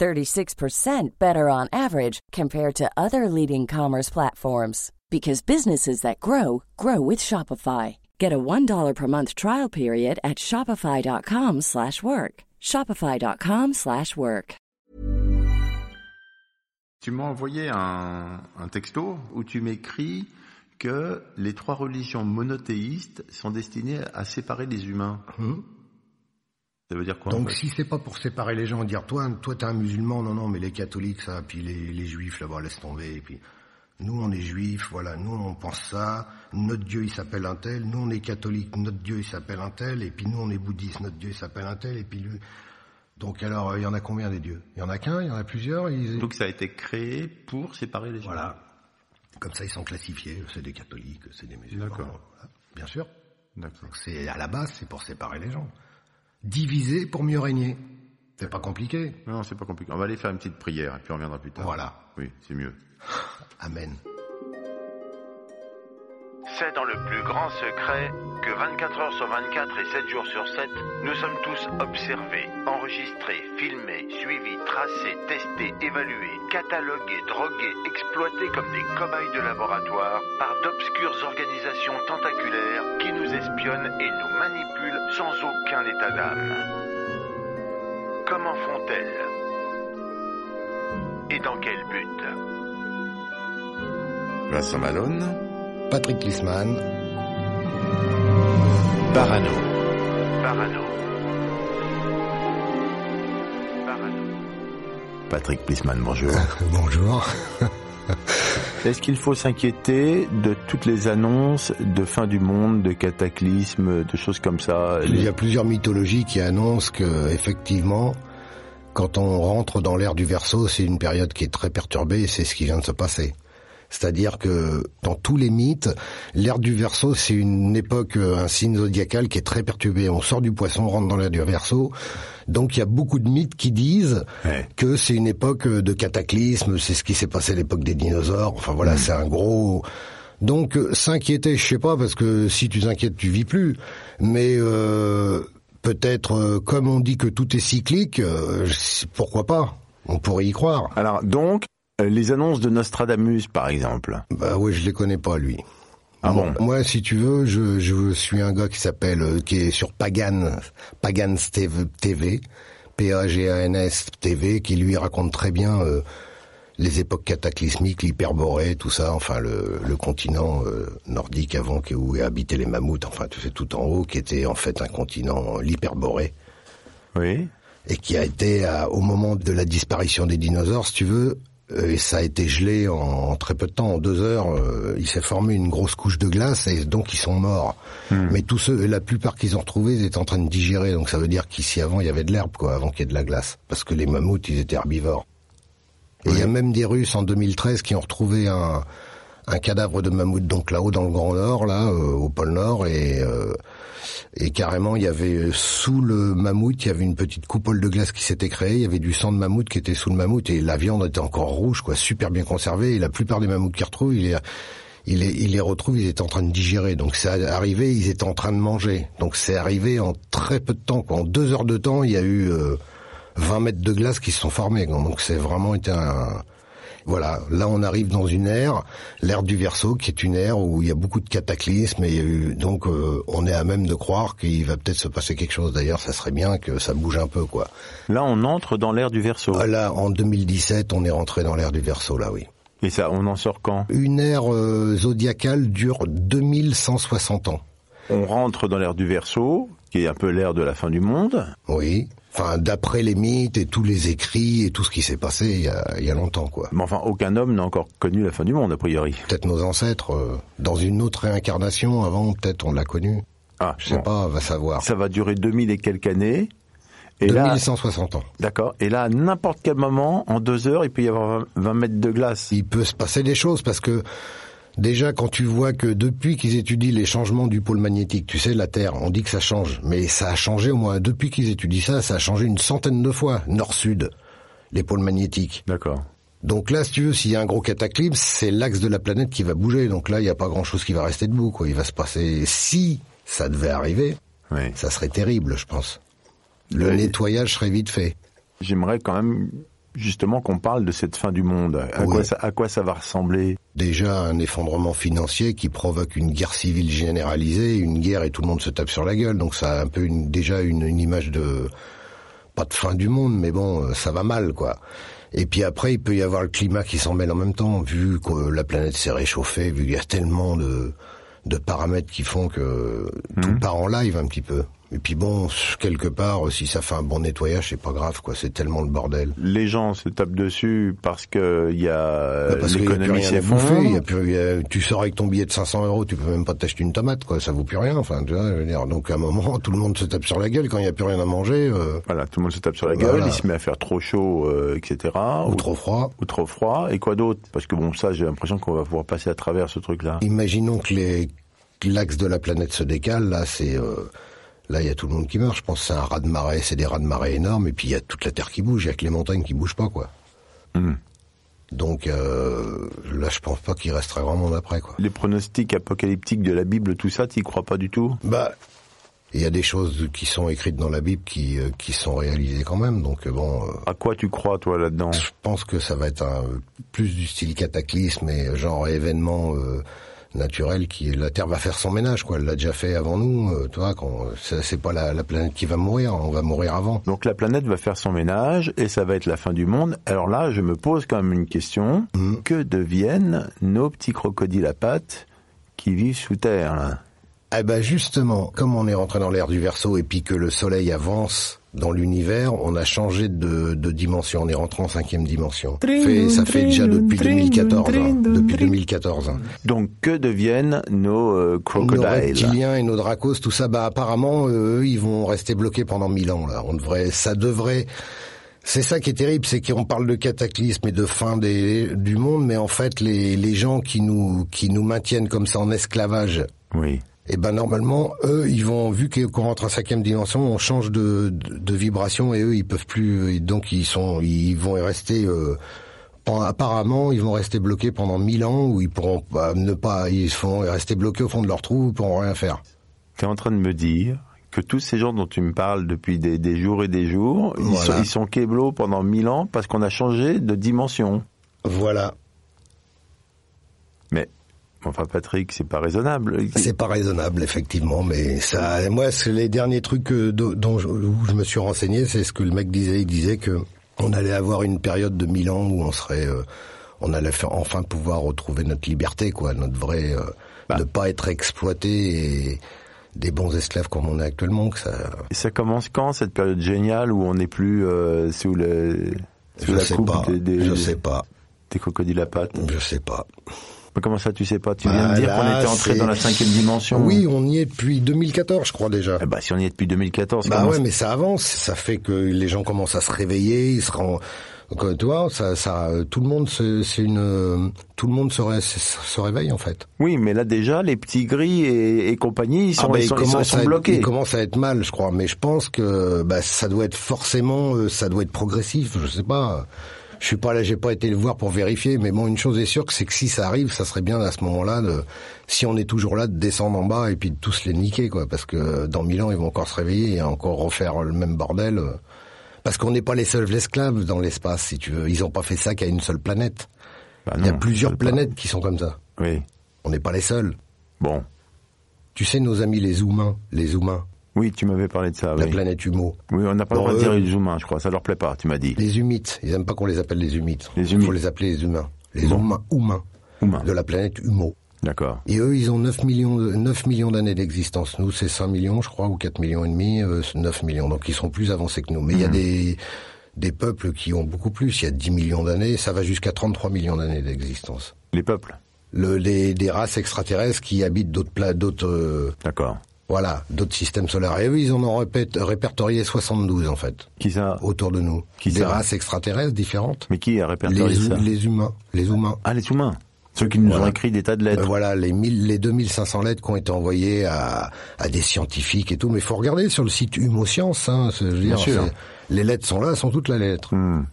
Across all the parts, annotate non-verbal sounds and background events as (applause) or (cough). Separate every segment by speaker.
Speaker 1: 36% better on average compared to other leading commerce platforms because businesses that grow grow with Shopify. Get a $1 per month trial period at shopify.com/work. slash work. shopify.com/work. slash work.
Speaker 2: Tu m'as envoyé un, un texto où tu m'écris que les trois religions monothéistes sont destinées à séparer les humains.
Speaker 3: Hum.
Speaker 2: Ça veut dire quoi en
Speaker 3: Donc
Speaker 2: fait
Speaker 3: si c'est pas pour séparer les gens, dire toi, toi t'es un musulman, non non, mais les catholiques ça, puis les, les juifs là-bas laisse tomber, et puis nous on est juifs, voilà, nous on pense ça, notre Dieu il s'appelle un tel, nous on est catholiques, notre Dieu il s'appelle un tel, et puis nous on est bouddhistes, notre Dieu il s'appelle un tel, et puis lui. Donc alors il y en a combien des dieux Il y en a qu'un, il y en a plusieurs. ils-
Speaker 2: Donc ça a été créé pour séparer les gens.
Speaker 3: Voilà. Comme ça, ils sont classifiés. C'est des catholiques, c'est des musulmans.
Speaker 2: D'accord.
Speaker 3: Voilà. Bien sûr.
Speaker 2: D'accord.
Speaker 3: C'est à la base, c'est pour séparer les gens. Diviser pour mieux régner. C'est pas compliqué.
Speaker 2: Non, c'est pas compliqué. On va aller faire une petite prière et puis on reviendra plus tard.
Speaker 3: Voilà.
Speaker 2: Oui, c'est mieux.
Speaker 3: Amen.
Speaker 4: C'est dans le plus grand secret que 24 heures sur 24 et 7 jours sur 7, nous sommes tous observés, enregistrés, filmés, suivis, tracés, testés, évalués, catalogués, drogués, exploités comme des cobayes de laboratoire par d'obscures organisations tentaculaires qui nous espionnent et nous manipulent sans aucun état d'âme. Comment font-elles Et dans quel but
Speaker 2: Vincent Malone,
Speaker 3: Patrick Lissman,
Speaker 2: Parano.
Speaker 4: Parano. Parano.
Speaker 2: Patrick Plisman, bonjour.
Speaker 3: bonjour.
Speaker 2: (laughs) Est-ce qu'il faut s'inquiéter de toutes les annonces de fin du monde, de cataclysmes, de choses comme ça
Speaker 3: Il y a plusieurs mythologies qui annoncent que, effectivement, quand on rentre dans l'ère du Verseau, c'est une période qui est très perturbée et c'est ce qui vient de se passer. C'est-à-dire que dans tous les mythes, l'ère du Verseau, c'est une époque, euh, un signe zodiacal qui est très perturbé. On sort du poisson, on rentre dans l'ère du Verseau. Donc il y a beaucoup de mythes qui disent
Speaker 2: Ouais.
Speaker 3: que c'est une époque euh, de cataclysme, c'est ce qui s'est passé à l'époque des dinosaures. Enfin voilà, c'est un gros... Donc euh, s'inquiéter, je sais pas, parce que si tu t'inquiètes, tu vis plus. Mais euh, peut-être, euh, comme on dit que tout est cyclique, euh, je- pourquoi pas On pourrait y croire.
Speaker 2: Alors, donc, euh, les annonces de Nostradamus, par exemple.
Speaker 3: Bah oui, je les connais pas, lui.
Speaker 2: Ah bon
Speaker 3: Moi, si tu veux, je, je suis un gars qui s'appelle, euh, qui est sur Pagan, Pagan Stev- TV, P-A-G-A-N-S TV, qui lui raconte très bien euh, les époques cataclysmiques, l'hyperborée, tout ça, enfin le, le continent euh, nordique avant que, où habitaient les mammouths, enfin tu sais, tout en haut, qui était en fait un continent, euh, l'hyperborée
Speaker 2: Oui.
Speaker 3: et qui a été à- au moment de la disparition des dinosaures, si tu veux, euh, et ça a été gelé en, en très peu de temps, en deux heures, euh, il s'est formé une grosse couche de glace et donc ils sont morts. Mais tous ceux, la plupart qu'ils ont retrouvés, ils étaient en train de digérer, donc ça veut dire qu'ici avant il y avait de l'herbe, quoi, avant qu'il y ait de la glace, parce que les mammouths ils étaient herbivores. Et il y a même des Russes en 2013 qui ont retrouvé un, un cadavre de mammouth donc là-haut dans le Grand Nord, là, euh, au pôle Nord, et, euh, et carrément il y avait euh, sous le mammouth, il y avait une petite coupole de glace qui s'était créée, il y avait du sang de mammouth qui était sous le mammouth, et la viande était encore rouge, quoi, super bien conservée, et la plupart des mammouths qu'ils retrouvent, il est... Il les, il les retrouve, ils étaient en train de digérer. Donc c'est arrivé, ils étaient en train de manger. Donc c'est arrivé en très peu de temps. Quoi. En deux heures de temps, il y a eu euh, 20 mètres de glace qui se sont formés. quoi. Donc c'est vraiment été un... Voilà, là on arrive dans une ère, l'ère du Verseau, qui est une ère où il y a beaucoup de cataclysmes et il y a eu, donc euh, on est à même de croire qu'il va peut-être se passer quelque chose. D'ailleurs, ça serait bien que ça bouge un peu, quoi.
Speaker 2: Là, on entre dans l'ère du Verseau.
Speaker 3: Ah, Là, en 2017, on est rentré dans l'ère du Verseau, là, oui.
Speaker 2: Et ça, on en sort quand
Speaker 3: Une ère euh, zodiacale dure 2160 ans.
Speaker 2: On rentre dans l'ère du Verseau, qui est un peu l'ère de la fin du monde.
Speaker 3: Oui. Enfin, d'après les mythes et tous les écrits et tout ce qui s'est passé il y a, il y a longtemps, quoi.
Speaker 2: Mais enfin, aucun homme n'a encore connu la fin du monde, a priori.
Speaker 3: Peut-être nos ancêtres, euh, dans une autre réincarnation, avant, peut-être on l'a connu.
Speaker 2: Ah,
Speaker 3: Je sais
Speaker 2: bon.
Speaker 3: pas, va savoir.
Speaker 2: Ça va durer 2000 et quelques années. Et là-
Speaker 3: 2160 ans.
Speaker 2: D'accord. Et là, à n'importe quel moment, en deux heures, il peut y avoir 20 20 mètres de glace.
Speaker 3: Il peut se passer des choses parce que déjà quand tu vois que depuis qu'ils étudient les changements du pôle magnétique, tu sais la Terre, on dit que ça change, mais ça a changé au moins depuis qu'ils étudient ça, ça a changé une centaine de fois nord-sud les pôles magnétiques.
Speaker 2: D'accord.
Speaker 3: Donc là, si tu veux, s'il y a un gros cataclysme, c'est l'axe de la planète qui va bouger. Donc là, il n'y a pas grand-chose qui va rester debout. Quoi. Il va se passer... Si ça devait arriver,
Speaker 2: Oui.
Speaker 3: ça serait terrible, je pense. Le
Speaker 2: Oui.
Speaker 3: nettoyage serait vite fait.
Speaker 2: J'aimerais quand même justement qu'on parle de cette fin du monde. À,
Speaker 3: Oui.
Speaker 2: quoi, ça, à quoi ça va ressembler
Speaker 3: Déjà un effondrement financier qui provoque une guerre civile généralisée, une guerre et tout le monde se tape sur la gueule. Donc ça a un peu une, déjà une, une image de pas de fin du monde, mais bon, euh, ça va mal quoi. Et puis après, il peut y avoir le climat qui s'en mêle en même temps, vu que euh, la planète s'est réchauffée, vu qu'il y a tellement de, de paramètres qui font que tout part en live un petit peu. Et puis bon, quelque part, euh, si ça fait un bon nettoyage, c'est pas grave quoi. C'est tellement le bordel.
Speaker 2: Les gens se tapent dessus parce que il y a
Speaker 3: Bah, parce qu'il n'y a plus
Speaker 2: l'économie
Speaker 3: rien à
Speaker 2: s'effondre.
Speaker 3: bouffer, il y a plus- il y a- tu sors avec ton billet de 500 euros, tu peux même pas t'acheter une tomate, quoi. Ça vaut plus rien, enfin, tu vois, je veux dire. Donc, à un moment, (laughs) tout le monde se tape sur la gueule quand il n'y a plus rien à manger, euh,
Speaker 2: Voilà, tout le monde se tape sur la gueule,
Speaker 3: Voilà.
Speaker 2: il se met à faire trop chaud, euh, etc.
Speaker 3: ou trop froid.
Speaker 2: ou trop froid. Et quoi d'autre Parce que bon, ça, j'ai l'impression qu'on va pouvoir passer à travers ce truc-là.
Speaker 3: Imaginons que les- que l'axe de la planète se décale, là, c'est, euh, là, il y a tout le monde qui meurt. Je pense que c'est un raz-de-marée, c'est des raz-de-marée énormes, et puis il y a toute la Terre qui bouge, il y a que les montagnes qui bougent pas, quoi.
Speaker 2: Hmm.
Speaker 3: Donc, euh, là, je pense pas qu'il restera grand monde après, quoi.
Speaker 2: Les pronostics apocalyptiques de la Bible, tout ça, t'y crois pas du tout
Speaker 3: Bah, il y a des choses qui sont écrites dans la Bible qui, euh, qui sont réalisées quand même. Donc euh, bon, euh,
Speaker 2: À quoi tu crois, toi, là-dedans
Speaker 3: je pense que ça va être un, euh, plus du style cataclysme et euh, genre événement euh, naturel qui la Terre va faire son ménage quoi. Elle l'a déjà fait avant nous, euh, tu vois. Quand, c'est c'est pas la, la planète qui va mourir, on va mourir avant.
Speaker 2: Donc la planète va faire son ménage et ça va être la fin du monde. Alors là, je me pose quand même une question.
Speaker 3: Mmh.
Speaker 2: Que deviennent nos petits crocodiles à pattes qui vivent sous terre là
Speaker 3: Eh ben justement, comme on est rentré dans l'ère du Verseau et puis que le Soleil avance dans l'univers, on a changé de, de dimension. On est rentré en cinquième dimension. Fait- ça fait déjà depuis 2014. hein, depuis 2014. hein.
Speaker 2: Donc que deviennent nos euh,
Speaker 3: Nos
Speaker 2: crocodiles
Speaker 3: reptiliens et nos dracos, tout ça, bah apparemment, euh, eux, ils vont rester bloqués pendant mille ans. Là, on devrait, ça devrait. C'est ça qui est terrible, c'est qu'on parle de cataclysme et de fin des, du monde, mais en fait, les, les gens qui nous qui nous maintiennent comme ça en esclavage,
Speaker 2: Oui.
Speaker 3: eh ben normalement, eux, ils vont vu que- qu'on rentre en cinquième dimension, on change de, de, de vibration et eux, ils peuvent plus. et donc, ils sont, ils vont rester. euh, pen- apparemment, ils vont rester bloqués pendant mille ans où ils pourront bah, ne pas, ils vont rester bloqués au fond de leur trou, ils pourront rien faire.
Speaker 2: Tu es en train de me dire que tous ces gens dont tu me parles depuis des, des jours et des jours, ils
Speaker 3: Voilà.
Speaker 2: sont, ils sont keblos pendant mille ans parce qu'on a changé de dimension.
Speaker 3: Voilà,
Speaker 2: Mais enfin Patrick, c'est pas raisonnable.
Speaker 3: Ah, Bah, c'est pas raisonnable effectivement, mais ça, moi, c'est les derniers trucs euh, do- dont je, où je me suis renseigné, c'est ce que le mec disait. Il disait que on allait avoir une période de mille ans où on serait, euh, on allait faire- enfin pouvoir retrouver notre liberté, quoi, notre vrai, euh,
Speaker 2: Bah.
Speaker 3: ne pas être exploité et des bons esclaves comme on est actuellement. Que ça,
Speaker 2: Et ça commence quand cette période géniale où on n'est plus euh, sous le sous
Speaker 3: je
Speaker 2: la
Speaker 3: sais
Speaker 2: coupe
Speaker 3: pas,
Speaker 2: des, des-
Speaker 3: je sais Mm. pas,
Speaker 2: des crocodiles à pattes
Speaker 3: je sais pas.
Speaker 2: Mais comment ça, tu sais pas Tu
Speaker 3: Bah,
Speaker 2: viens de dire qu'on
Speaker 3: là,
Speaker 2: était entré
Speaker 3: c'est-
Speaker 2: dans la cinquième dimension.
Speaker 3: Oui, on y est depuis 2014, je crois déjà.
Speaker 2: Eh bah, si on y est depuis 2014,
Speaker 3: Bah
Speaker 2: comment
Speaker 3: ouais, mais ça avance. Ça fait que les gens commencent à se réveiller, ils se rendent. Donc, euh, tu vois, ça, ça, euh, tout le monde, se- c'est une, euh, tout le monde se, ré- se- se réveille en fait.
Speaker 2: Oui, mais là déjà, les petits gris et, et compagnie, ils sont,
Speaker 3: Ah bah,
Speaker 2: ils sont, ils sont- ils sont
Speaker 3: à être,
Speaker 2: bloqués.
Speaker 3: ils commencent à être mal, je crois. Mais je pense que bah, ça doit être forcément, euh, ça doit être progressif. Je sais pas. Je suis pas là, j'ai pas été le voir pour vérifier. Mais bon, une chose est sûre, c'est que si ça arrive, ça serait bien à ce moment-là, de, si on est toujours là, de descendre en bas et puis de tous les niquer, quoi. Parce que euh, dans mille ans, ils vont encore se réveiller et encore refaire euh, le même bordel. euh. Parce qu'on n'est pas les seuls esclaves dans l'espace, si tu veux. Ils ont pas fait ça qu'à une seule planète.
Speaker 2: Bah
Speaker 3: Il y a
Speaker 2: non,
Speaker 3: plusieurs
Speaker 2: ils veulent pas.
Speaker 3: planètes qui sont comme ça.
Speaker 2: Oui.
Speaker 3: On n'est pas les seuls.
Speaker 2: Bon.
Speaker 3: Tu sais, nos amis les humains, les humains,
Speaker 2: Oui, tu m'avais parlé de ça.
Speaker 3: la
Speaker 2: oui.
Speaker 3: planète Humo,
Speaker 2: Oui, on n'a pas le
Speaker 3: Bon,
Speaker 2: droit de
Speaker 3: eux-
Speaker 2: dire les humains, je crois. Ça leur plaît pas, tu m'as dit.
Speaker 3: Les humites, ils aiment pas qu'on les appelle les humites.
Speaker 2: Les
Speaker 3: Il
Speaker 2: humites.
Speaker 3: faut les appeler les humains. Les
Speaker 2: Bon.
Speaker 3: humains, humains
Speaker 2: Humains.
Speaker 3: de la planète Humo.
Speaker 2: D'accord.
Speaker 3: Et eux, ils ont 9 millions de- 9 millions d'années d'existence. Nous, c'est 5 millions, je crois, ou 4 millions et demi, euh, 9 millions. Donc, ils sont plus avancés que nous. Mais il
Speaker 2: Mmh.
Speaker 3: y a des, des peuples qui ont beaucoup plus. Il y a 10 millions d'années, ça va jusqu'à 33 millions d'années d'existence.
Speaker 2: Les peuples.
Speaker 3: Le, les, des races extraterrestres qui habitent d'autres pla- d'autres, euh,
Speaker 2: D'accord.
Speaker 3: Voilà, d'autres systèmes solaires. Et eux, ils en ont répét- répertorié 72, en fait,
Speaker 2: Qui ça
Speaker 3: autour de nous.
Speaker 2: Qui
Speaker 3: des
Speaker 2: ça
Speaker 3: races extraterrestres différentes.
Speaker 2: Mais qui a répertorié
Speaker 3: Les, hu-
Speaker 2: ça
Speaker 3: les humains. Les humains.
Speaker 2: Ah, les humains. Ceux qui nous ont
Speaker 3: Voilà.
Speaker 2: écrit des tas de lettres.
Speaker 3: Euh, voilà, les, 1000 les 2500 lettres qui ont été envoyées à, à des scientifiques et tout. Mais il faut regarder sur le site Humoscience. Hein, c'est- je veux dire,
Speaker 2: sûr.
Speaker 3: c'est- Les lettres sont là, elles sont toutes la lettre.
Speaker 2: Hmm.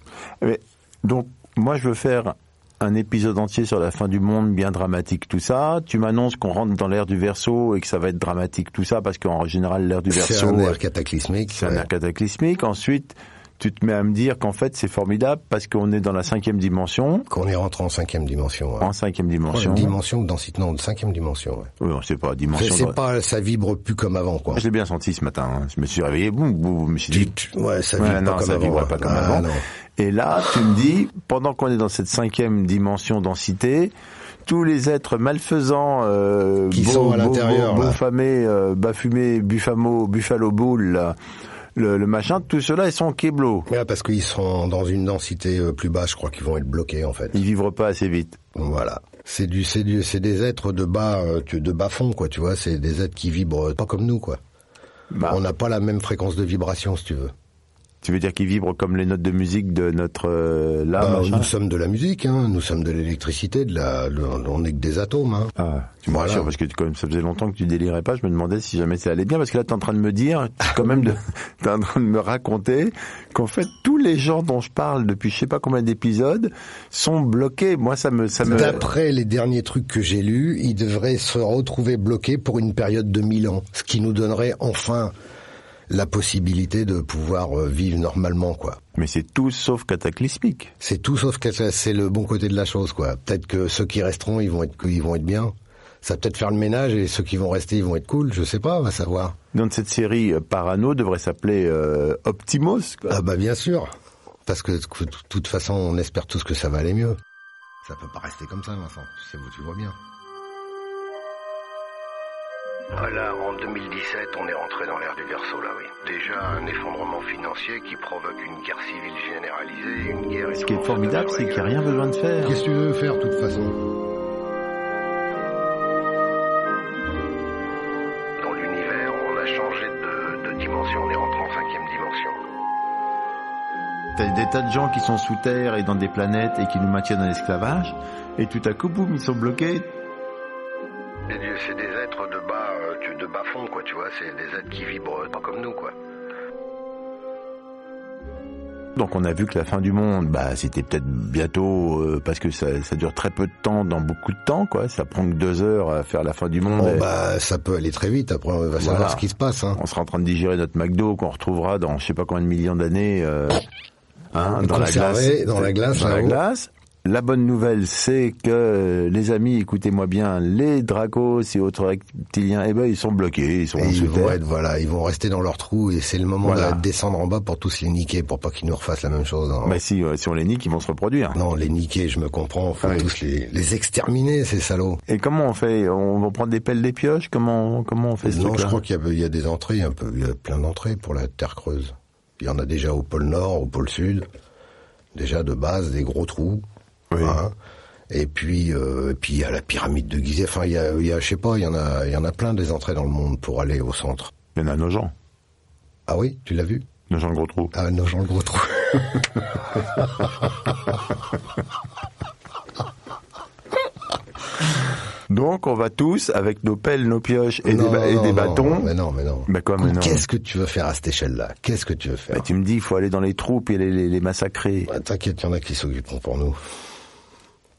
Speaker 2: Mais, donc, moi, je veux faire un épisode entier sur la fin du monde, bien dramatique, tout ça. Tu m'annonces qu'on rentre dans l'ère du verso et que ça va être dramatique, tout ça, parce qu'en général, l'ère du
Speaker 3: C'est
Speaker 2: verso,
Speaker 3: un air cataclysmique.
Speaker 2: c'est un
Speaker 3: ouais.
Speaker 2: air cataclysmique. Ensuite, tu te mets à me dire qu'en fait, c'est formidable parce qu'on est dans la cinquième dimension.
Speaker 3: Qu'on est rentré en cinquième dimension. hein. ouais.
Speaker 2: En cinquième dimension.
Speaker 3: Troisième dimension ou densité Non, cinquième dimension. Ouais.
Speaker 2: Oui, on sait pas,
Speaker 3: C'est
Speaker 2: dimension.
Speaker 3: c'est pas, ça vibre plus comme avant, quoi.
Speaker 2: Je l'ai bien senti ce matin. hein. Je me suis réveillé, boum, boum, je me suis
Speaker 3: Tu-
Speaker 2: dit,
Speaker 3: tu- ouais, ça
Speaker 2: Ouais,
Speaker 3: vibre
Speaker 2: non,
Speaker 3: pas comme
Speaker 2: ça
Speaker 3: avant.
Speaker 2: vibre
Speaker 3: ouais.
Speaker 2: pas comme
Speaker 3: Ah,
Speaker 2: avant.
Speaker 3: non.
Speaker 2: Et là, tu me dis, pendant qu'on est dans cette cinquième dimension densité, tous les êtres malfaisants, euh,
Speaker 3: Qui
Speaker 2: beaux-
Speaker 3: sont à
Speaker 2: beaux-
Speaker 3: l'intérieur,
Speaker 2: beaux-
Speaker 3: là.
Speaker 2: beaufamés, euh, baffumés, buffamo, buffalo bull, là, le, le machin, tout cela, ils sont keblo.
Speaker 3: Ouais, parce qu'ils sont dans une densité euh, plus basse, je crois qu'ils vont être bloqués en fait.
Speaker 2: Ils vivront pas assez vite.
Speaker 3: Voilà. C'est du, c'est du, c'est des êtres de bas, euh, tu- de bas fond, quoi. Tu vois, c'est des êtres qui vibrent pas comme nous, quoi.
Speaker 2: Bah,
Speaker 3: On n'a pas la même fréquence de vibration, si tu veux.
Speaker 2: Tu veux dire qu'ils vibrent comme les notes de musique de notre euh, là,
Speaker 3: Bah,
Speaker 2: machin
Speaker 3: nous sommes de la musique, hein. Nous sommes de l'électricité, de la, le- on est que des atomes, hein.
Speaker 2: Ah, tu me
Speaker 3: Voilà.
Speaker 2: rassures, parce que comme ça faisait longtemps que tu délirais pas, je me demandais si jamais ça allait bien, parce que là t'es en train de me dire, quand même, de, (laughs) t'es en train de me raconter qu'en fait tous les gens dont je parle depuis je sais pas combien d'épisodes sont bloqués. Moi ça me, ça me.
Speaker 3: D'après les derniers trucs que j'ai lus, ils devraient se retrouver bloqués pour une période de 1000 ans, ce qui nous donnerait enfin la possibilité de pouvoir euh, vivre normalement, quoi.
Speaker 2: Mais c'est tout sauf cataclysmique.
Speaker 3: C'est tout sauf que ça- c'est le bon côté de la chose, quoi. Peut-être que ceux qui resteront, ils vont être, ils vont être bien. Ça va peut-être faire le ménage et ceux qui vont rester, ils vont être cool. Je sais pas, on va savoir.
Speaker 2: Donc cette série euh, Parano devrait s'appeler euh, Optimos. quoi.
Speaker 3: Ah bah bien sûr, parce que de toute façon, on espère tous que ça va aller mieux. Ça peut pas rester comme ça, Vincent. Tu, sais, tu vois bien.
Speaker 4: Voilà, en 2017, on est rentré dans l'ère du verso, là, oui. Déjà, un effondrement financier qui provoque une guerre civile généralisée, une guerre... et
Speaker 2: Ce
Speaker 4: tout
Speaker 2: qui
Speaker 4: le
Speaker 2: est
Speaker 4: monde
Speaker 2: formidable,
Speaker 4: se tape
Speaker 2: c'est
Speaker 4: sur
Speaker 2: qu'il
Speaker 4: la
Speaker 2: n'y a
Speaker 4: gueule.
Speaker 2: rien besoin de faire.
Speaker 3: Qu'est-ce que tu veux faire, de toute façon
Speaker 4: Dans l'univers, on a changé de, de dimension, on est rentré en cinquième dimension.
Speaker 2: T'as des tas de gens qui sont sous terre et dans des planètes et qui nous maintiennent en esclavage, et tout à coup, boum, ils sont bloqués.
Speaker 4: C'est des- C'est des êtres de bas, euh, tu- de bas fond, quoi, tu vois, c'est des êtres qui vibrent pas comme nous, quoi.
Speaker 2: Donc on a vu que la fin du monde, bah c'était peut-être bientôt euh, parce que ça, ça dure très peu de temps dans beaucoup de temps quoi. Ça prend que deux heures à faire la fin du monde.
Speaker 3: Bon,
Speaker 2: Et
Speaker 3: bah, ça peut aller très vite. Après, on va savoir
Speaker 2: Voilà.
Speaker 3: ce qui se passe. Hein.
Speaker 2: On sera en train de digérer notre McDo qu'on retrouvera dans je sais pas combien de millions d'années. euh, hein, dans la
Speaker 3: Conservé
Speaker 2: glace.
Speaker 3: dans la glace,
Speaker 2: Dans la
Speaker 3: là-haut.
Speaker 2: glace. La bonne nouvelle, c'est que euh, les amis, écoutez-moi bien, les dracos et autres reptiliens, eh ben ils sont bloqués, ils sont
Speaker 3: Et ils
Speaker 2: sous
Speaker 3: vont
Speaker 2: terre.
Speaker 3: être, voilà, ils vont rester dans leur trou et c'est le moment
Speaker 2: Voilà.
Speaker 3: de descendre en bas pour tous les niquer, pour pas qu'ils nous refassent la même chose. hein.
Speaker 2: Bah si, euh, si on les nique, ils vont se reproduire.
Speaker 3: Non, les niquer, je me comprends, faut
Speaker 2: Ah oui.
Speaker 3: tous les, les exterminer, ces salauds.
Speaker 2: Et comment on fait On va prendre des pelles, des pioches Comment comment on fait ce
Speaker 3: non,
Speaker 2: truc-là
Speaker 3: je crois qu'il y, a- il y a des entrées, un peu, il y a plein d'entrées pour la Terre creuse. Il y en a déjà au pôle Nord, au pôle Sud, déjà de base des gros trous.
Speaker 2: Oui.
Speaker 3: hein. Et puis, euh, et puis il y a la pyramide de Gizeh. Enfin, il y a, il y a, je sais pas, il y en a, il y en a plein des entrées dans le monde pour aller au centre.
Speaker 2: Il y en a nos gens.
Speaker 3: Ah oui, tu l'as vu
Speaker 2: Nos gens de gros trous.
Speaker 3: Ah non, Jean le gros trou.
Speaker 2: Donc on va tous, avec nos pelles, nos pioches (laughs) et
Speaker 3: Non,
Speaker 2: des, ba- et
Speaker 3: non,
Speaker 2: des
Speaker 3: non,
Speaker 2: bâtons.
Speaker 3: Mais non, mais non.
Speaker 2: Bah quoi, mais non.
Speaker 3: Qu'est-ce que tu veux faire à cette échelle-là Qu'est-ce que tu veux faire
Speaker 2: Bah, tu me dis, il faut aller dans les troupes et les, les- les massacrer.
Speaker 3: Bah, T'inquiète, il y en a qui s'occuperont pour nous.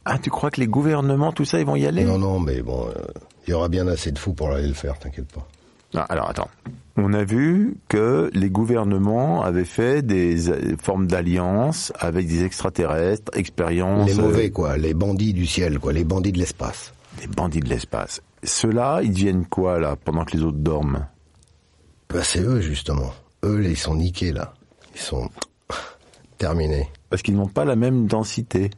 Speaker 2: Ah, tu crois que les gouvernements, tout ça, ils vont y aller
Speaker 3: Non, non, mais bon, euh, il y aura bien assez de fous pour aller le faire, t'inquiète pas.
Speaker 2: Ah, Alors attends. On a vu que les gouvernements avaient fait des euh, formes d'alliances avec des extraterrestres, expériences,
Speaker 3: les mauvais, quoi, les bandits du ciel, quoi, les bandits de l'espace.
Speaker 2: euh, des bandits de l'espace. Ceux-là, ils deviennent quoi là, pendant que les autres dorment
Speaker 3: Bah, c'est eux, justement. Eux, là, ils sont niqués, là. Ils sont (laughs) terminés.
Speaker 2: Parce qu'ils n'ont pas la même densité.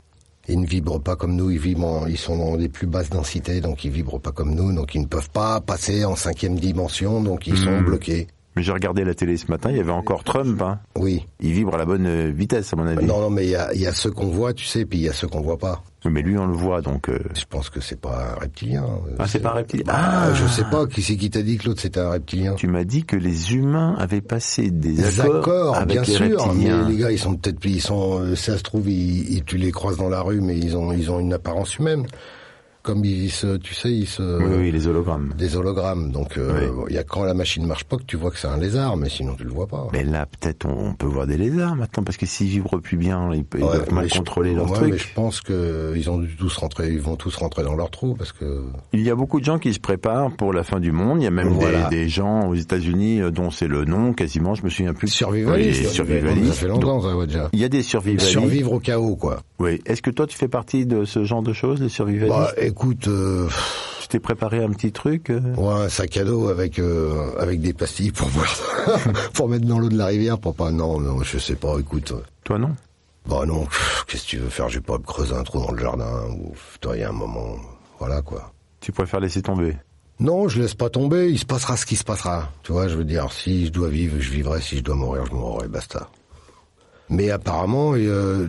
Speaker 3: Ils ne vibrent pas comme nous, ils vibrent, en- ils sont dans les plus basses
Speaker 2: Hmm.
Speaker 3: densités, donc ils vibrent pas comme nous, donc ils ne peuvent pas passer en cinquième dimension, donc ils sont bloqués.
Speaker 2: Mais j'ai regardé la télé ce matin, il y avait encore Trump. Hein.
Speaker 3: Oui.
Speaker 2: Il vibre à la bonne euh, vitesse, à mon avis.
Speaker 3: Non, non, mais il y a, il y a ceux qu'on voit, tu sais, puis il y a ceux qu'on voit pas.
Speaker 2: Mais lui, on le voit, donc... euh,
Speaker 3: Je pense que c'est pas un reptilien.
Speaker 2: Ah, c'est pas un reptilien.
Speaker 3: Bah,
Speaker 2: Ah.
Speaker 3: je sais pas qui c'est qui t'a dit que l'autre c'était un reptilien.
Speaker 2: Tu m'as dit que les humains avaient passé des,
Speaker 3: Des accords,
Speaker 2: avec
Speaker 3: bien
Speaker 2: les
Speaker 3: sûr,
Speaker 2: reptiliens.
Speaker 3: mais les gars, ils sont peut-être, ils sont, euh, ça se trouve, ils, ils- tu les croises dans la rue, mais ils ont, ils ont une apparence humaine, comme ils se, tu sais, ils se,
Speaker 2: Oui, oui, les hologrammes.
Speaker 3: des hologrammes. Donc, euh, il
Speaker 2: Oui.
Speaker 3: y a quand la machine marche pas que tu vois que c'est un lézard, mais sinon tu le vois pas.
Speaker 2: Mais là, peut-être, on, on peut voir des lézards maintenant, parce que s'ils vibrent plus bien, ils, peuvent ils
Speaker 3: Ouais,
Speaker 2: doivent mal
Speaker 3: mais je-
Speaker 2: contrôler leur
Speaker 3: ouais,
Speaker 2: truc.
Speaker 3: Mais je pense que ils ont dû tous rentrer, ils vont tous rentrer dans leur trou parce que
Speaker 2: Il y a beaucoup de gens qui se préparent pour la fin du monde. Il y a même des-
Speaker 3: Voilà.
Speaker 2: des, gens aux États-Unis euh, dont c'est le nom, quasiment, je me souviens plus.
Speaker 3: survivalistes.
Speaker 2: Les survivalistes.
Speaker 3: Ça fait longtemps, ça, ouais, déjà.
Speaker 2: Il y a des survivalistes.
Speaker 3: Survivre au chaos, quoi.
Speaker 2: Oui. Est-ce que toi, tu fais partie de ce genre de choses, les survivalistes
Speaker 3: Bah, écoute, euh, pff,
Speaker 2: Tu t'es préparé un petit truc euh
Speaker 3: ouais, un sac à dos avec euh, avec des pastilles pour boire, pour mettre dans l'eau de la rivière, pour pas. Non, non, je sais pas. Écoute, euh,
Speaker 2: Toi, non
Speaker 3: bah non, pff, qu'est-ce que tu veux faire Je vais pas me creuser un trou dans le jardin ou toi, il y a un moment, voilà quoi.
Speaker 2: Tu préfères laisser tomber
Speaker 3: Non, je laisse pas tomber, il se passera ce qui se passera. Tu vois, je veux dire, si je dois vivre, je vivrai, si je dois mourir, je mourrai, basta. Mais apparemment, euh,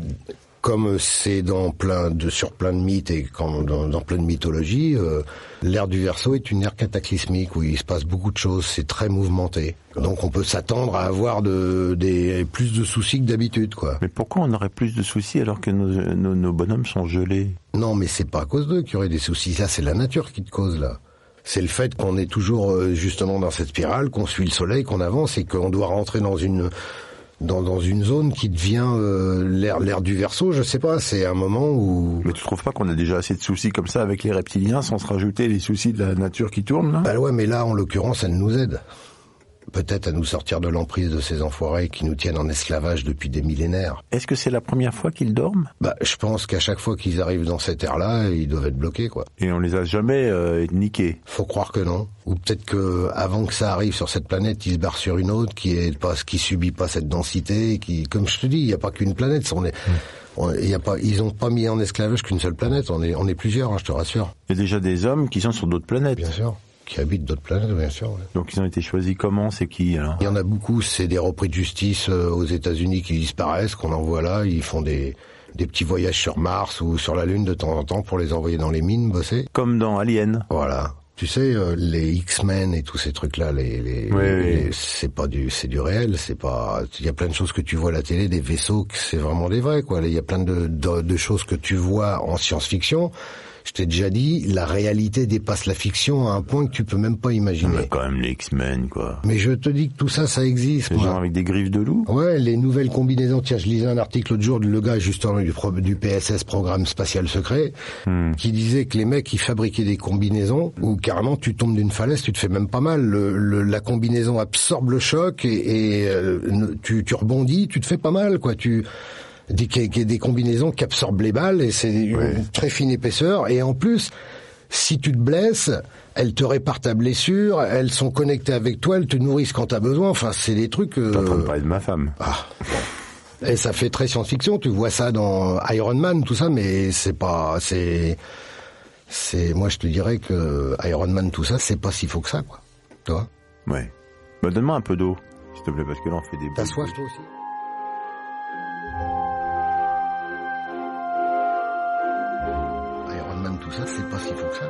Speaker 3: comme c'est dans plein de, sur plein de mythes et quand- dans, dans plein de mythologies, euh, l'ère du Verseau est une ère cataclysmique où il se passe beaucoup de choses, c'est très mouvementé. Donc on peut s'attendre à avoir de, des, plus de soucis que d'habitude, quoi.
Speaker 2: Mais pourquoi on aurait plus de soucis alors que nos, nos- nos bonhommes sont gelés
Speaker 3: Non, mais c'est pas à cause d'eux qu'il y aurait des soucis. Ça, c'est la nature qui te cause là. C'est le fait qu'on est toujours euh, justement dans cette spirale, qu'on suit le soleil, qu'on avance et qu'on doit rentrer dans une dans, dans une zone qui devient euh, l'ère l'ère du verso. Je sais pas. C'est un moment où
Speaker 2: Mais tu trouves pas qu'on a déjà assez de soucis comme ça avec les reptiliens sans se rajouter les soucis de la nature qui tourne là
Speaker 3: bah ouais, mais là en l'occurrence, elle nous aide. Peut-être à nous sortir de l'emprise de ces enfoirés qui nous tiennent en esclavage depuis des millénaires.
Speaker 2: Est-ce que c'est la première fois qu'ils dorment
Speaker 3: Bah, je pense qu'à chaque fois qu'ils arrivent dans cette ère-là, ils doivent être bloqués, quoi.
Speaker 2: Et on les a jamais euh, niqués.
Speaker 3: Faut croire que non. Ou peut-être que avant que ça arrive sur cette planète, il se barre sur une autre qui est pas, qui subit pas cette densité, qui, comme je te dis, il n'y a pas qu'une planète. On est, on- il y a pas, ils ont pas mis en esclavage qu'une seule planète. On est, on est plusieurs, hein, je te rassure.
Speaker 2: Il y a déjà des hommes qui sont sur d'autres planètes.
Speaker 3: Bien sûr. Qui habitent d'autres planètes, bien sûr. ouais.
Speaker 2: Donc ils ont été choisis comment C'est qui hein alors
Speaker 3: Il y en a beaucoup, c'est des repris de justice euh, aux États-Unis qui disparaissent, qu'on envoie là, ils font des, des petits voyages sur Mars ou sur la Lune de temps en temps pour les envoyer dans les mines bosser.
Speaker 2: Comme dans Alien.
Speaker 3: Voilà. Tu sais, euh, les X-Men et tous ces trucs-là, les, les,
Speaker 2: Oui,
Speaker 3: les-
Speaker 2: oui.
Speaker 3: c'est pas du, c'est du réel, c'est pas. Il y a plein de choses que tu vois à la télé, des vaisseaux, que c'est vraiment des vrais quoi. Il y a plein de, de, de choses que tu vois en science-fiction. Je t'ai déjà dit, la réalité dépasse la fiction à un point que tu peux même pas imaginer.
Speaker 2: Mais quand même les X-Men quoi.
Speaker 3: Mais je te dis que tout ça, ça existe.
Speaker 2: Les
Speaker 3: moi.
Speaker 2: gens avec des griffes de loup
Speaker 3: Ouais, les nouvelles combinaisons. Tiens, je lisais un article l'autre jour, le gars justement du, pro- du PSS, Programme Spatial Secret, qui disait que les mecs, ils fabriquaient des combinaisons où carrément tu tombes d'une falaise, tu te fais même pas mal. Le- le- la combinaison absorbe le choc et, et, euh, ne- tu, tu rebondis, tu te fais pas mal, quoi. Tu des, qui- qui- des combinaisons qui absorbent les balles et c'est une très fine épaisseur. Et en plus, si tu te blesses, elles te réparent ta blessure, elles sont connectées avec toi, elles te nourrissent quand t'as besoin. Enfin, c'est des trucs.
Speaker 2: T'es en train de
Speaker 3: euh,
Speaker 2: parler de ma femme.
Speaker 3: et ça fait très science-fiction. Tu vois ça dans Iron Man, tout ça, mais c'est pas, c'est, c'est, moi je te dirais que Iron Man, tout ça, c'est pas si faux que ça, quoi. Tu vois
Speaker 2: Ouais. Bah donne-moi un peu d'eau, s'il te plaît, parce que là on fait des...
Speaker 3: T'as soif toi aussi Iron Man, tout ça, c'est pas si faux que ça.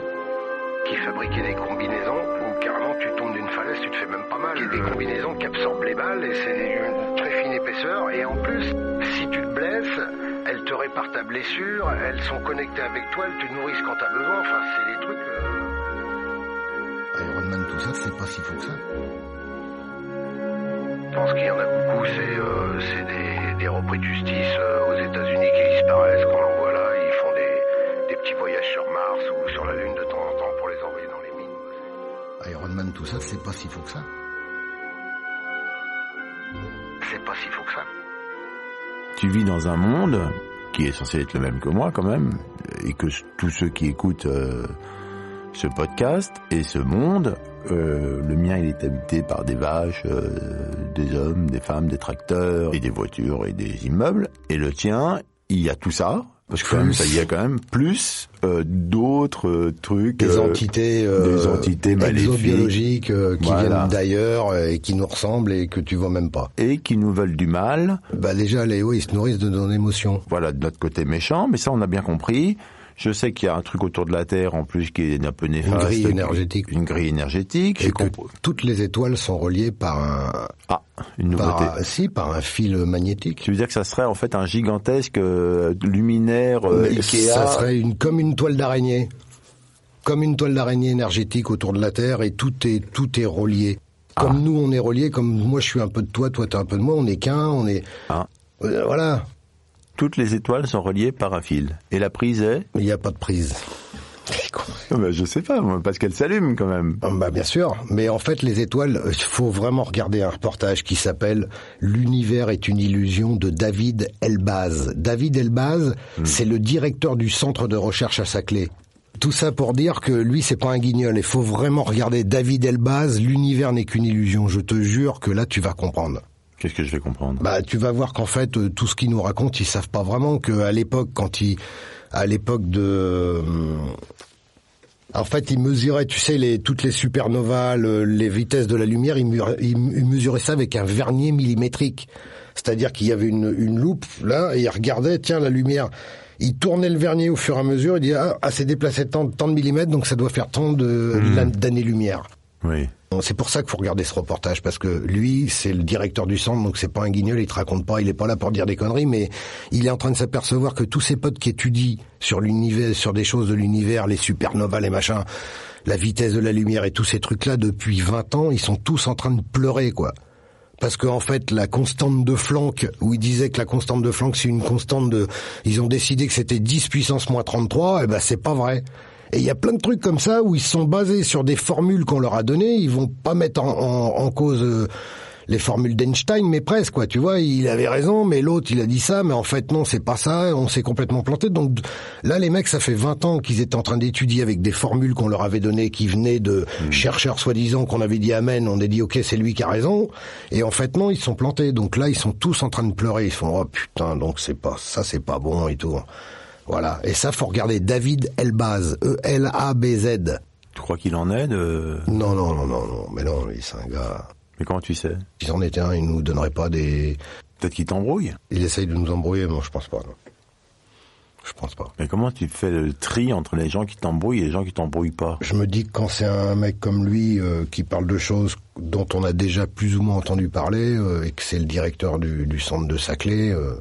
Speaker 3: Qui fabriquait des combinaisons où carrément tu tombes d'une falaise, tu te fais même pas mal. Il y a des combinaisons qui absorbent les balles et c'est une très fine épaisseur. Et en plus, si tu te blesses, elles te réparent ta blessure, elles sont connectées avec toi, elles te nourrissent quand t'as besoin. Enfin, c'est des trucs. euh, Iron Man, tout ça, c'est pas si faux que ça. Je pense qu'il y en a beaucoup, c'est euh, c'est des, des repris de justice euh, aux États-Unis qui disparaissent, qu'on envoie là, ils font des, des petits voyages sur Mars ou sur la Lune de temps en temps pour les envoyer dans les mines. Iron Man, tout ça, c'est pas si faux que ça. C'est pas si faux que ça.
Speaker 2: Tu vis dans un monde qui est censé être le même que moi quand même, et que s- tous ceux qui écoutent euh, ce podcast et ce monde, euh, le mien il est habité par des vaches, euh, des hommes, des femmes, des tracteurs, et des voitures et des immeubles, et le tien, il y a tout ça, parce que quand même, ça y est quand même, plus euh, d'autres euh, trucs,
Speaker 3: Des
Speaker 2: euh,
Speaker 3: entités, euh,
Speaker 2: des entités maléfiques
Speaker 3: exobiologiques euh, qui
Speaker 2: Voilà.
Speaker 3: viennent d'ailleurs et qui nous ressemblent et que tu vois même pas.
Speaker 2: et qui nous veulent du mal.
Speaker 3: Bah déjà, Léo, ils se nourrissent de nos émotions.
Speaker 2: Voilà, de notre côté méchant, mais ça on a bien compris. Je sais qu'il y a un truc autour de la Terre en plus qui est un peu néfaste.
Speaker 3: grille énergétique.
Speaker 2: Une grille énergétique.
Speaker 3: Et
Speaker 2: J'ai
Speaker 3: que
Speaker 2: compris.
Speaker 3: toutes les étoiles sont reliées par un,
Speaker 2: Ah, une nouveauté.
Speaker 3: par, euh, si, par un fil magnétique.
Speaker 2: Tu veux dire que ça serait en fait un gigantesque euh, luminaire euh,
Speaker 3: Mais
Speaker 2: Ikea
Speaker 3: Ça serait une, comme une toile d'araignée. Comme une toile d'araignée énergétique autour de la Terre et tout est, tout est relié. Comme nous, on est reliés, comme moi, je suis un peu de toi, toi, t'es un peu de moi, on est qu'un, on est,
Speaker 2: Hein
Speaker 3: Euh, voilà.
Speaker 2: Toutes les étoiles sont reliées par un fil. Et la prise (laughs) est
Speaker 3: Il n'y a pas de prise.
Speaker 2: Je sais pas, moi, parce qu'elle s'allume quand même.
Speaker 3: Ah, Bah bien sûr, mais en fait les étoiles, il faut vraiment regarder un reportage qui s'appelle L'univers est une illusion de David Elbaz. David Elbaz, c'est le directeur du centre de recherche à Saclay. Tout ça pour dire que lui c'est pas un guignol, il faut vraiment regarder David Elbaz, L'univers n'est qu'une illusion, je te jure que là tu vas comprendre.
Speaker 2: Qu'est-ce que je vais comprendre
Speaker 3: Bah, tu vas voir qu'en fait, euh, tout ce qu'ils nous racontent, ils savent pas vraiment que à l'époque, quand ils, à l'époque de, euh, en fait, ils mesuraient, tu sais, les, toutes les supernovas, le- les vitesses de la lumière, ils, mur- ils mu- ils mesuraient ça avec un vernier millimétrique. C'est-à-dire qu'il y avait une, une loupe là, et ils regardaient, tiens, la lumière. Ils tournaient le vernier au fur et à mesure, ils disaient, ah, ah, c'est déplacé tant, tant de millimètres, donc ça doit faire tant de- d'années-lumière.
Speaker 2: Oui.
Speaker 3: C'est pour ça qu'il faut regarder ce reportage, parce que lui, c'est le directeur du centre, donc c'est pas un guignol, il te raconte pas, il est pas là pour dire des conneries, mais il est en train de s'apercevoir que tous ses potes qui étudient sur l'univers, sur des choses de l'univers, les supernovas, les machins, la vitesse de la lumière et tous ces trucs-là, depuis 20 ans, ils sont tous en train de pleurer, quoi. Parce qu'en fait, la constante de Flanck, où ils disaient que la constante de Flanck, c'est une constante de... Ils ont décidé que c'était 10 puissance moins 33, et ben c'est pas vrai. Et il y a plein de trucs comme ça où ils se sont basés sur des formules qu'on leur a données, ils vont pas mettre en, en- en cause... euh, les formules d'Einstein, mais presque, quoi. Tu vois, il avait raison, mais l'autre, il a dit ça, mais en fait, non, c'est pas ça, on s'est complètement planté. Donc, là, les mecs, ça fait 20 ans qu'ils étaient en train d'étudier avec des formules qu'on leur avait données, qui venaient de chercheurs soi-disant qu'on avait dit amen, on a dit ok, c'est lui qui a raison. Et en fait, non, ils se sont plantés. Donc là, ils sont tous en train de pleurer. Ils font, oh putain, donc c'est pas, ça c'est pas bon et tout. Voilà. Et ça, faut regarder David Elbaz, E E-L-A-B-Z.
Speaker 2: Tu crois qu'il en est de...
Speaker 3: Non, non, non, non, non, mais non, lui, c'est un gars.
Speaker 2: Mais comment tu sais
Speaker 3: S'il en était un, il nous donnerait pas des,
Speaker 2: Peut-être qu'il t'embrouille.
Speaker 3: il essaye de nous embrouiller, non, je pense pas. Non. Je pense pas.
Speaker 2: Mais comment tu fais le tri entre les gens qui t'embrouillent et les gens qui t'embrouillent pas
Speaker 3: Je me dis que quand c'est un mec comme lui euh, qui parle de choses dont on a déjà plus ou moins entendu parler euh, et que c'est le directeur du, du centre de Saclay euh,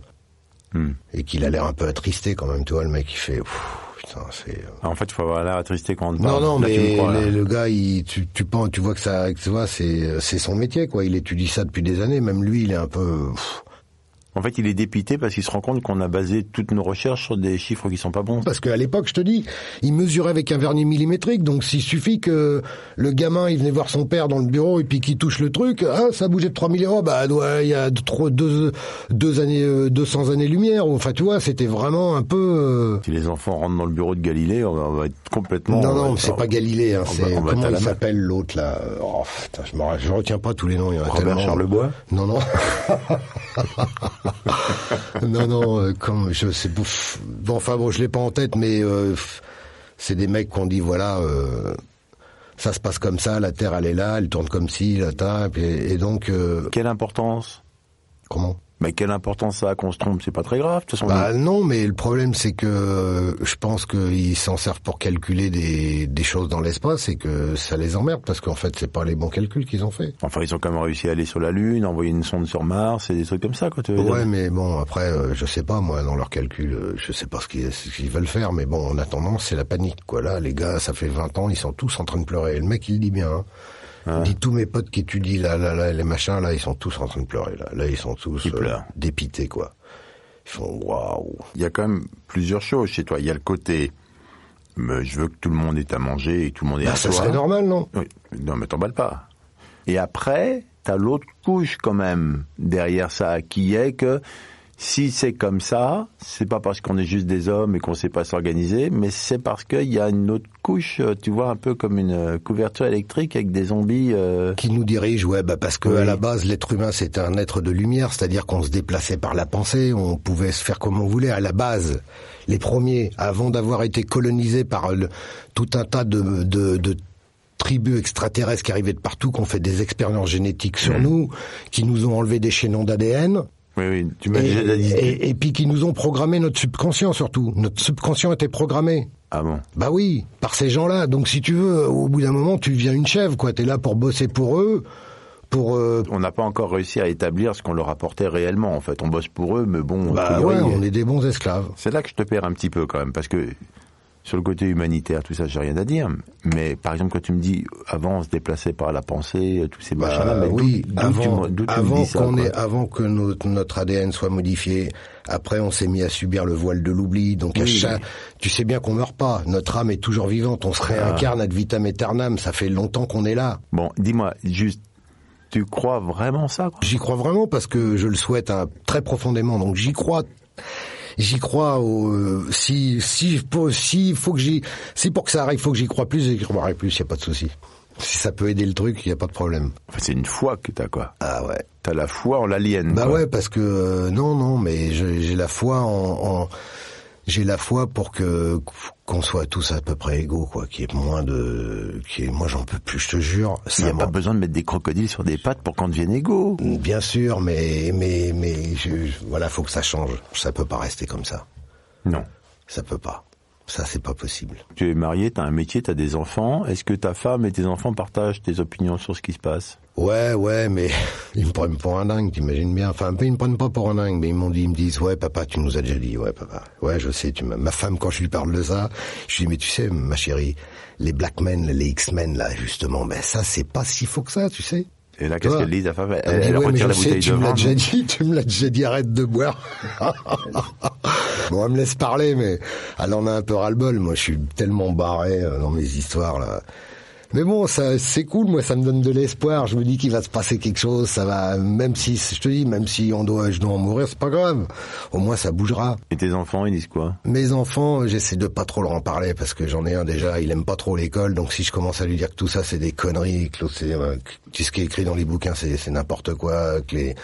Speaker 2: Hmm.
Speaker 3: et qu'il a l'air un peu attristé quand même, tu vois, le mec il fait Pfff, putain, c'est euh,
Speaker 2: Ah, En fait, il faut avoir l'air attristé quand on te
Speaker 3: Non,
Speaker 2: parle.
Speaker 3: non,
Speaker 2: Là, tu me
Speaker 3: mais
Speaker 2: crois, là.
Speaker 3: le, le gars, il, tu, tu penses, tu vois que ça, que tu vois, c'est, euh, c'est son métier, quoi. Il étudie ça depuis des années. Même lui, il est un peu. pff,
Speaker 2: En fait, il est dépité parce qu'il se rend compte qu'on a basé toutes nos recherches sur des chiffres qui sont pas bons.
Speaker 3: Parce qu'à l'époque, je te dis, il mesurait avec un vernis millimétrique, donc s'il suffit que le gamin, il venait voir son père dans le bureau et puis qu'il touche le truc, ah, ça bougeait de 3000 euros, bah, ouais, il y a trois, deux, deux années, euh, 200 années-lumière, enfin, tu vois, c'était vraiment un peu... euh,
Speaker 2: Si les enfants rentrent dans le bureau de Galilée, on va, on va être complètement... euh,
Speaker 3: Non,
Speaker 2: on va
Speaker 3: non,
Speaker 2: être-
Speaker 3: c'est pas Galilée, hein,
Speaker 2: on
Speaker 3: c'est...
Speaker 2: va- on va
Speaker 3: comment
Speaker 2: être à
Speaker 3: il
Speaker 2: la main.
Speaker 3: s'appelle l'autre, là oh, putain, je, me ra- je retiens pas tous les noms, il y en a
Speaker 2: Robert
Speaker 3: tellement.
Speaker 2: Charlebois
Speaker 3: Non, (laughs) non. non, non, euh, comme je sais pas. pff, Bon, enfin bon, je l'ai pas en tête, mais euh, pff, c'est des mecs qu'on dit voilà, euh, ça se passe comme ça, la Terre elle est là, elle tourne comme ci, la tape, et, et donc euh,
Speaker 2: Quelle importance
Speaker 3: comment
Speaker 2: Mais quelle importance ça a qu'on se trompe C'est pas très grave, de toute façon.
Speaker 3: Bah non, mais le problème c'est que euh, je pense qu'ils s'en servent pour calculer des, des choses dans l'espace et que ça les emmerde parce qu'en fait c'est pas les bons calculs qu'ils ont fait.
Speaker 2: Enfin, ils ont quand même réussi à aller sur la Lune, envoyer une sonde sur Mars et des trucs comme ça, quoi. tu veux dire.
Speaker 3: Ouais, mais bon, après, euh, je sais pas, moi, dans leurs calculs, euh, je sais pas ce qu'ils ce qu'ils veulent faire, mais bon, en attendant, c'est la panique, quoi. Là, les gars, ça fait 20 ans, ils sont tous en train de pleurer. Et le mec, il dit bien, hein. Il dit, tous mes potes qui étudient, là, là, là, les machins, là, ils sont tous en train de pleurer, là. Là, ils sont tous euh,
Speaker 2: Ils pleurent.
Speaker 3: dépités, quoi. Ils font, waouh.
Speaker 2: Il y a quand même plusieurs choses chez toi. Il y a le côté, mais je veux que tout le monde ait à manger et que tout le monde ait
Speaker 3: Bah,
Speaker 2: à
Speaker 3: ça
Speaker 2: boire.
Speaker 3: serait normal, non?
Speaker 2: Oui. Non, mais t'emballes pas. Et après, t'as l'autre couche quand même derrière ça, qui est que Si c'est comme ça, c'est pas parce qu'on est juste des hommes et qu'on sait pas s'organiser, mais c'est parce qu'il y a une autre couche, euh, tu vois, un peu comme une euh, couverture électrique avec des zombies. euh,
Speaker 3: qui nous dirige, ouais, bah parce que
Speaker 2: Oui.
Speaker 3: à la base, l'être humain, c'était un être de lumière, c'est-à-dire qu'on se déplaçait par la pensée, on pouvait se faire comme on voulait. À la base, les premiers, avant d'avoir été colonisés par le- tout un tas de, de- de tribus extraterrestres qui arrivaient de partout, qui ont fait des expériences génétiques sur nous, qui nous ont enlevé des chaînons d'ADN,
Speaker 2: Oui, oui, tu m'as
Speaker 3: et,
Speaker 2: déjà dit.
Speaker 3: et- et puis qui nous ont programmé notre subconscient surtout. Notre subconscient était programmé.
Speaker 2: Ah bon.
Speaker 3: Bah oui, par ces gens-là. Donc si tu veux, au bout d'un moment, tu deviens une chèvre, quoi. T'es là pour bosser pour eux, pour... euh,
Speaker 2: On n'a pas encore réussi à établir ce qu'on leur apportait réellement, en fait. On bosse pour eux, mais bon. a
Speaker 3: Bah
Speaker 2: priori,
Speaker 3: ouais,
Speaker 2: euh,
Speaker 3: on est des bons esclaves.
Speaker 2: C'est là que je te perds un petit peu quand même, parce que sur le côté humanitaire, tout ça, j'ai rien à dire. Mais par exemple, quand tu me dis avant, on se déplaçait par la pensée, euh, tous ces machins-là, mais
Speaker 3: Euh,
Speaker 2: d'où-
Speaker 3: oui,
Speaker 2: d'où tu
Speaker 3: avant,
Speaker 2: me- d'où tu me
Speaker 3: avant
Speaker 2: dis ça,
Speaker 3: qu'on
Speaker 2: quoi
Speaker 3: ait, avant que notre, notre ADN soit modifié, après on s'est mis à subir le voile de l'oubli. Donc à
Speaker 2: Oui. Ah.
Speaker 3: chaque- tu sais bien qu'on meurt pas. Notre âme est toujours vivante. On se réincarne ad vitam aeternam. Ça fait longtemps qu'on est là.
Speaker 2: Bon, dis-moi, juste, tu crois vraiment ça quoi
Speaker 3: J'y crois vraiment parce que je le souhaite hein, très profondément. Donc j'y crois. J'y crois. Au, euh, si si pour, si faut que j'y si pour que ça arrive, faut que j'y crois plus. J'y croirai plus. Y a pas de souci. Si ça peut aider le truc, y a pas de problème.
Speaker 2: Enfin, C'est une foi que t'as, quoi.
Speaker 3: Ah ouais.
Speaker 2: T'as la foi en l'alien.
Speaker 3: Bah
Speaker 2: quoi.
Speaker 3: ouais, parce que euh, non, non, mais je- j'ai la foi en, en- j'ai la foi pour que qu'on soit tous à peu près égaux, quoi. Qu'il y ait moins de, qui est, moi j'en peux plus, je te jure.
Speaker 2: Il n'y
Speaker 3: Ça
Speaker 2: a pas
Speaker 3: m'en-
Speaker 2: besoin de mettre des crocodiles sur des pattes pour qu'on devienne égaux.
Speaker 3: bien sûr, mais mais mais je, je- voilà, faut que ça change. Ça peut pas rester comme ça.
Speaker 2: Non.
Speaker 3: Ça peut pas. Ça c'est pas possible.
Speaker 2: Tu es marié, t'as un métier, t'as des enfants. Est-ce que ta femme et tes enfants partagent tes opinions sur ce qui se passe
Speaker 3: Ouais, ouais, mais (laughs) ils me prennent pour un dingue, t'imagines bien. Enfin, ils me prennent pas pour un dingue, mais ils m'ont dit, ils me disent, ouais, papa, tu nous as déjà dit, ouais, papa. Ouais, je sais, tu m'as- ma femme, quand je lui parle de ça, je lui dis, mais tu sais, ma chérie, les Black Men, les X-Men, là, justement, ben ça, c'est pas si faux que ça, tu sais.
Speaker 2: Et là, qu'est-ce
Speaker 3: Toi,
Speaker 2: qu'elle dit, ta femme Elle,
Speaker 3: me dit,
Speaker 2: elle
Speaker 3: ouais, mais
Speaker 2: retire la
Speaker 3: je sais,
Speaker 2: bouteille
Speaker 3: tu
Speaker 2: de
Speaker 3: me l'as
Speaker 2: vin.
Speaker 3: déjà dit, tu me l'as déjà dit, arrête de boire. (laughs) bon, elle me laisse parler, mais elle en a un peu ras-le-bol. Moi, je suis tellement barré euh, dans mes histoires, là. Mais bon, ça, c'est cool, moi, ça me donne de l'espoir. Je me dis qu'il va se passer quelque chose, ça va, même si, je te dis, même si on doit, je dois en mourir, c'est pas grave. Au moins, ça bougera.
Speaker 2: Et tes enfants, ils disent quoi
Speaker 3: Mes enfants, j'essaie de pas trop leur en parler parce que j'en ai un déjà, il aime pas trop l'école, donc si je commence à lui dire que tout ça c'est des conneries, que l'autre, c'est, euh, que ce qui est écrit dans les bouquins c'est c'est n'importe quoi, que les,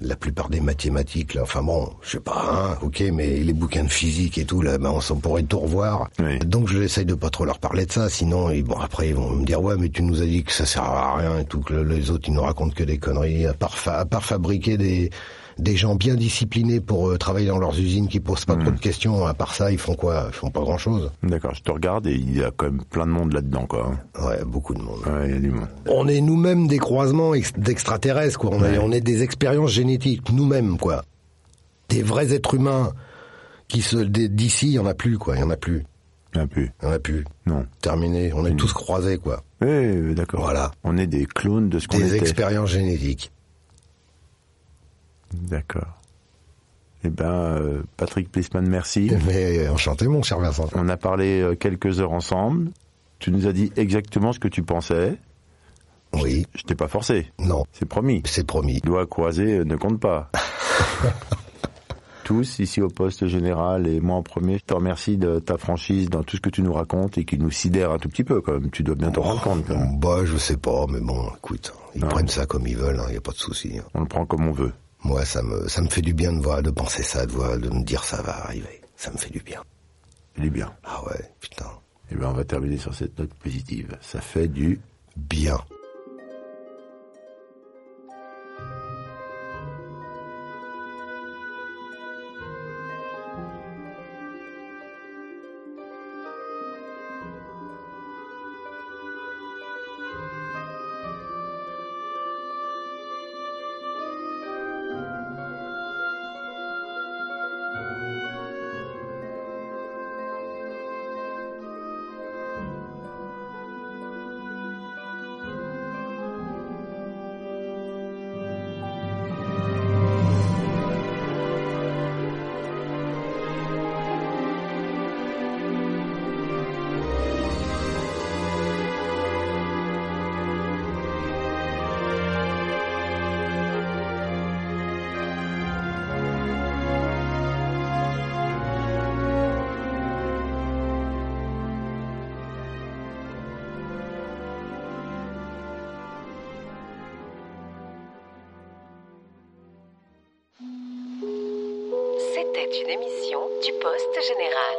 Speaker 3: la plupart des mathématiques, là, enfin bon, je sais pas, hein, ok, mais les bouquins de physique et tout, là, ben on s'en pourrait tout revoir.
Speaker 2: Oui.
Speaker 3: Donc j'essaie de pas trop leur parler de ça, sinon ils, bon après ils vont me dire ouais mais tu nous as dit que ça sert à rien et tout, que le- les autres ils nous racontent que des conneries, à part, fa- à part fabriquer des des gens bien disciplinés pour euh, travailler dans leurs usines qui posent pas trop de questions, à part ça ils font quoi Ils font pas grand chose.
Speaker 2: D'accord, je te regarde et il y a quand même plein de monde là-dedans, quoi. hein.
Speaker 3: Ouais, beaucoup de monde.
Speaker 2: Ouais, il y a du monde.
Speaker 3: On est nous-mêmes des croisements ex- d'extraterrestres, quoi. On, est-
Speaker 2: Ouais.
Speaker 3: on est des expériences génétiques, nous-mêmes, quoi. Des vrais êtres humains qui se dé- d'ici, il y en a plus, quoi. Il y en a plus.
Speaker 2: Un peu.
Speaker 3: Il y en a plus.
Speaker 2: Non.
Speaker 3: Terminé. On est tous croisés, quoi.
Speaker 2: Oui, d'accord.
Speaker 3: Voilà.
Speaker 2: On est des clones de ce qu'on
Speaker 3: Des
Speaker 2: était.
Speaker 3: expériences génétiques.
Speaker 2: D'accord. Eh ben, euh, Patrick Plissman, merci.
Speaker 3: Mais euh, enchanté, mon cher Vincent.
Speaker 2: On a parlé euh, quelques heures ensemble. Tu nous as dit exactement ce que tu pensais.
Speaker 3: Oui.
Speaker 2: Je t'ai pas forcé.
Speaker 3: Non.
Speaker 2: C'est promis.
Speaker 3: C'est promis.
Speaker 2: Doigts croisés euh, ne compte pas. Tous ici au poste général et moi en premier, je te remercie de ta franchise dans tout ce que tu nous racontes et qui nous sidère un tout petit peu quand même. Tu dois bien t'en rendre compte quand même.
Speaker 3: Bah, je sais pas, mais bon, écoute, hein, ils
Speaker 2: Ah.
Speaker 3: prennent ça comme ils veulent, il y a pas de souci. hein.
Speaker 2: On le prend comme on veut.
Speaker 3: Moi, ça me, ça me fait du bien de voir, de penser ça, de voir, de me dire ça va arriver. Ça me fait du bien.
Speaker 2: Il est bien.
Speaker 3: Ah ouais, putain.
Speaker 2: Eh bien, on va terminer sur cette note positive. Ça fait du
Speaker 3: Bien.
Speaker 5: C'était une émission du Poste Général.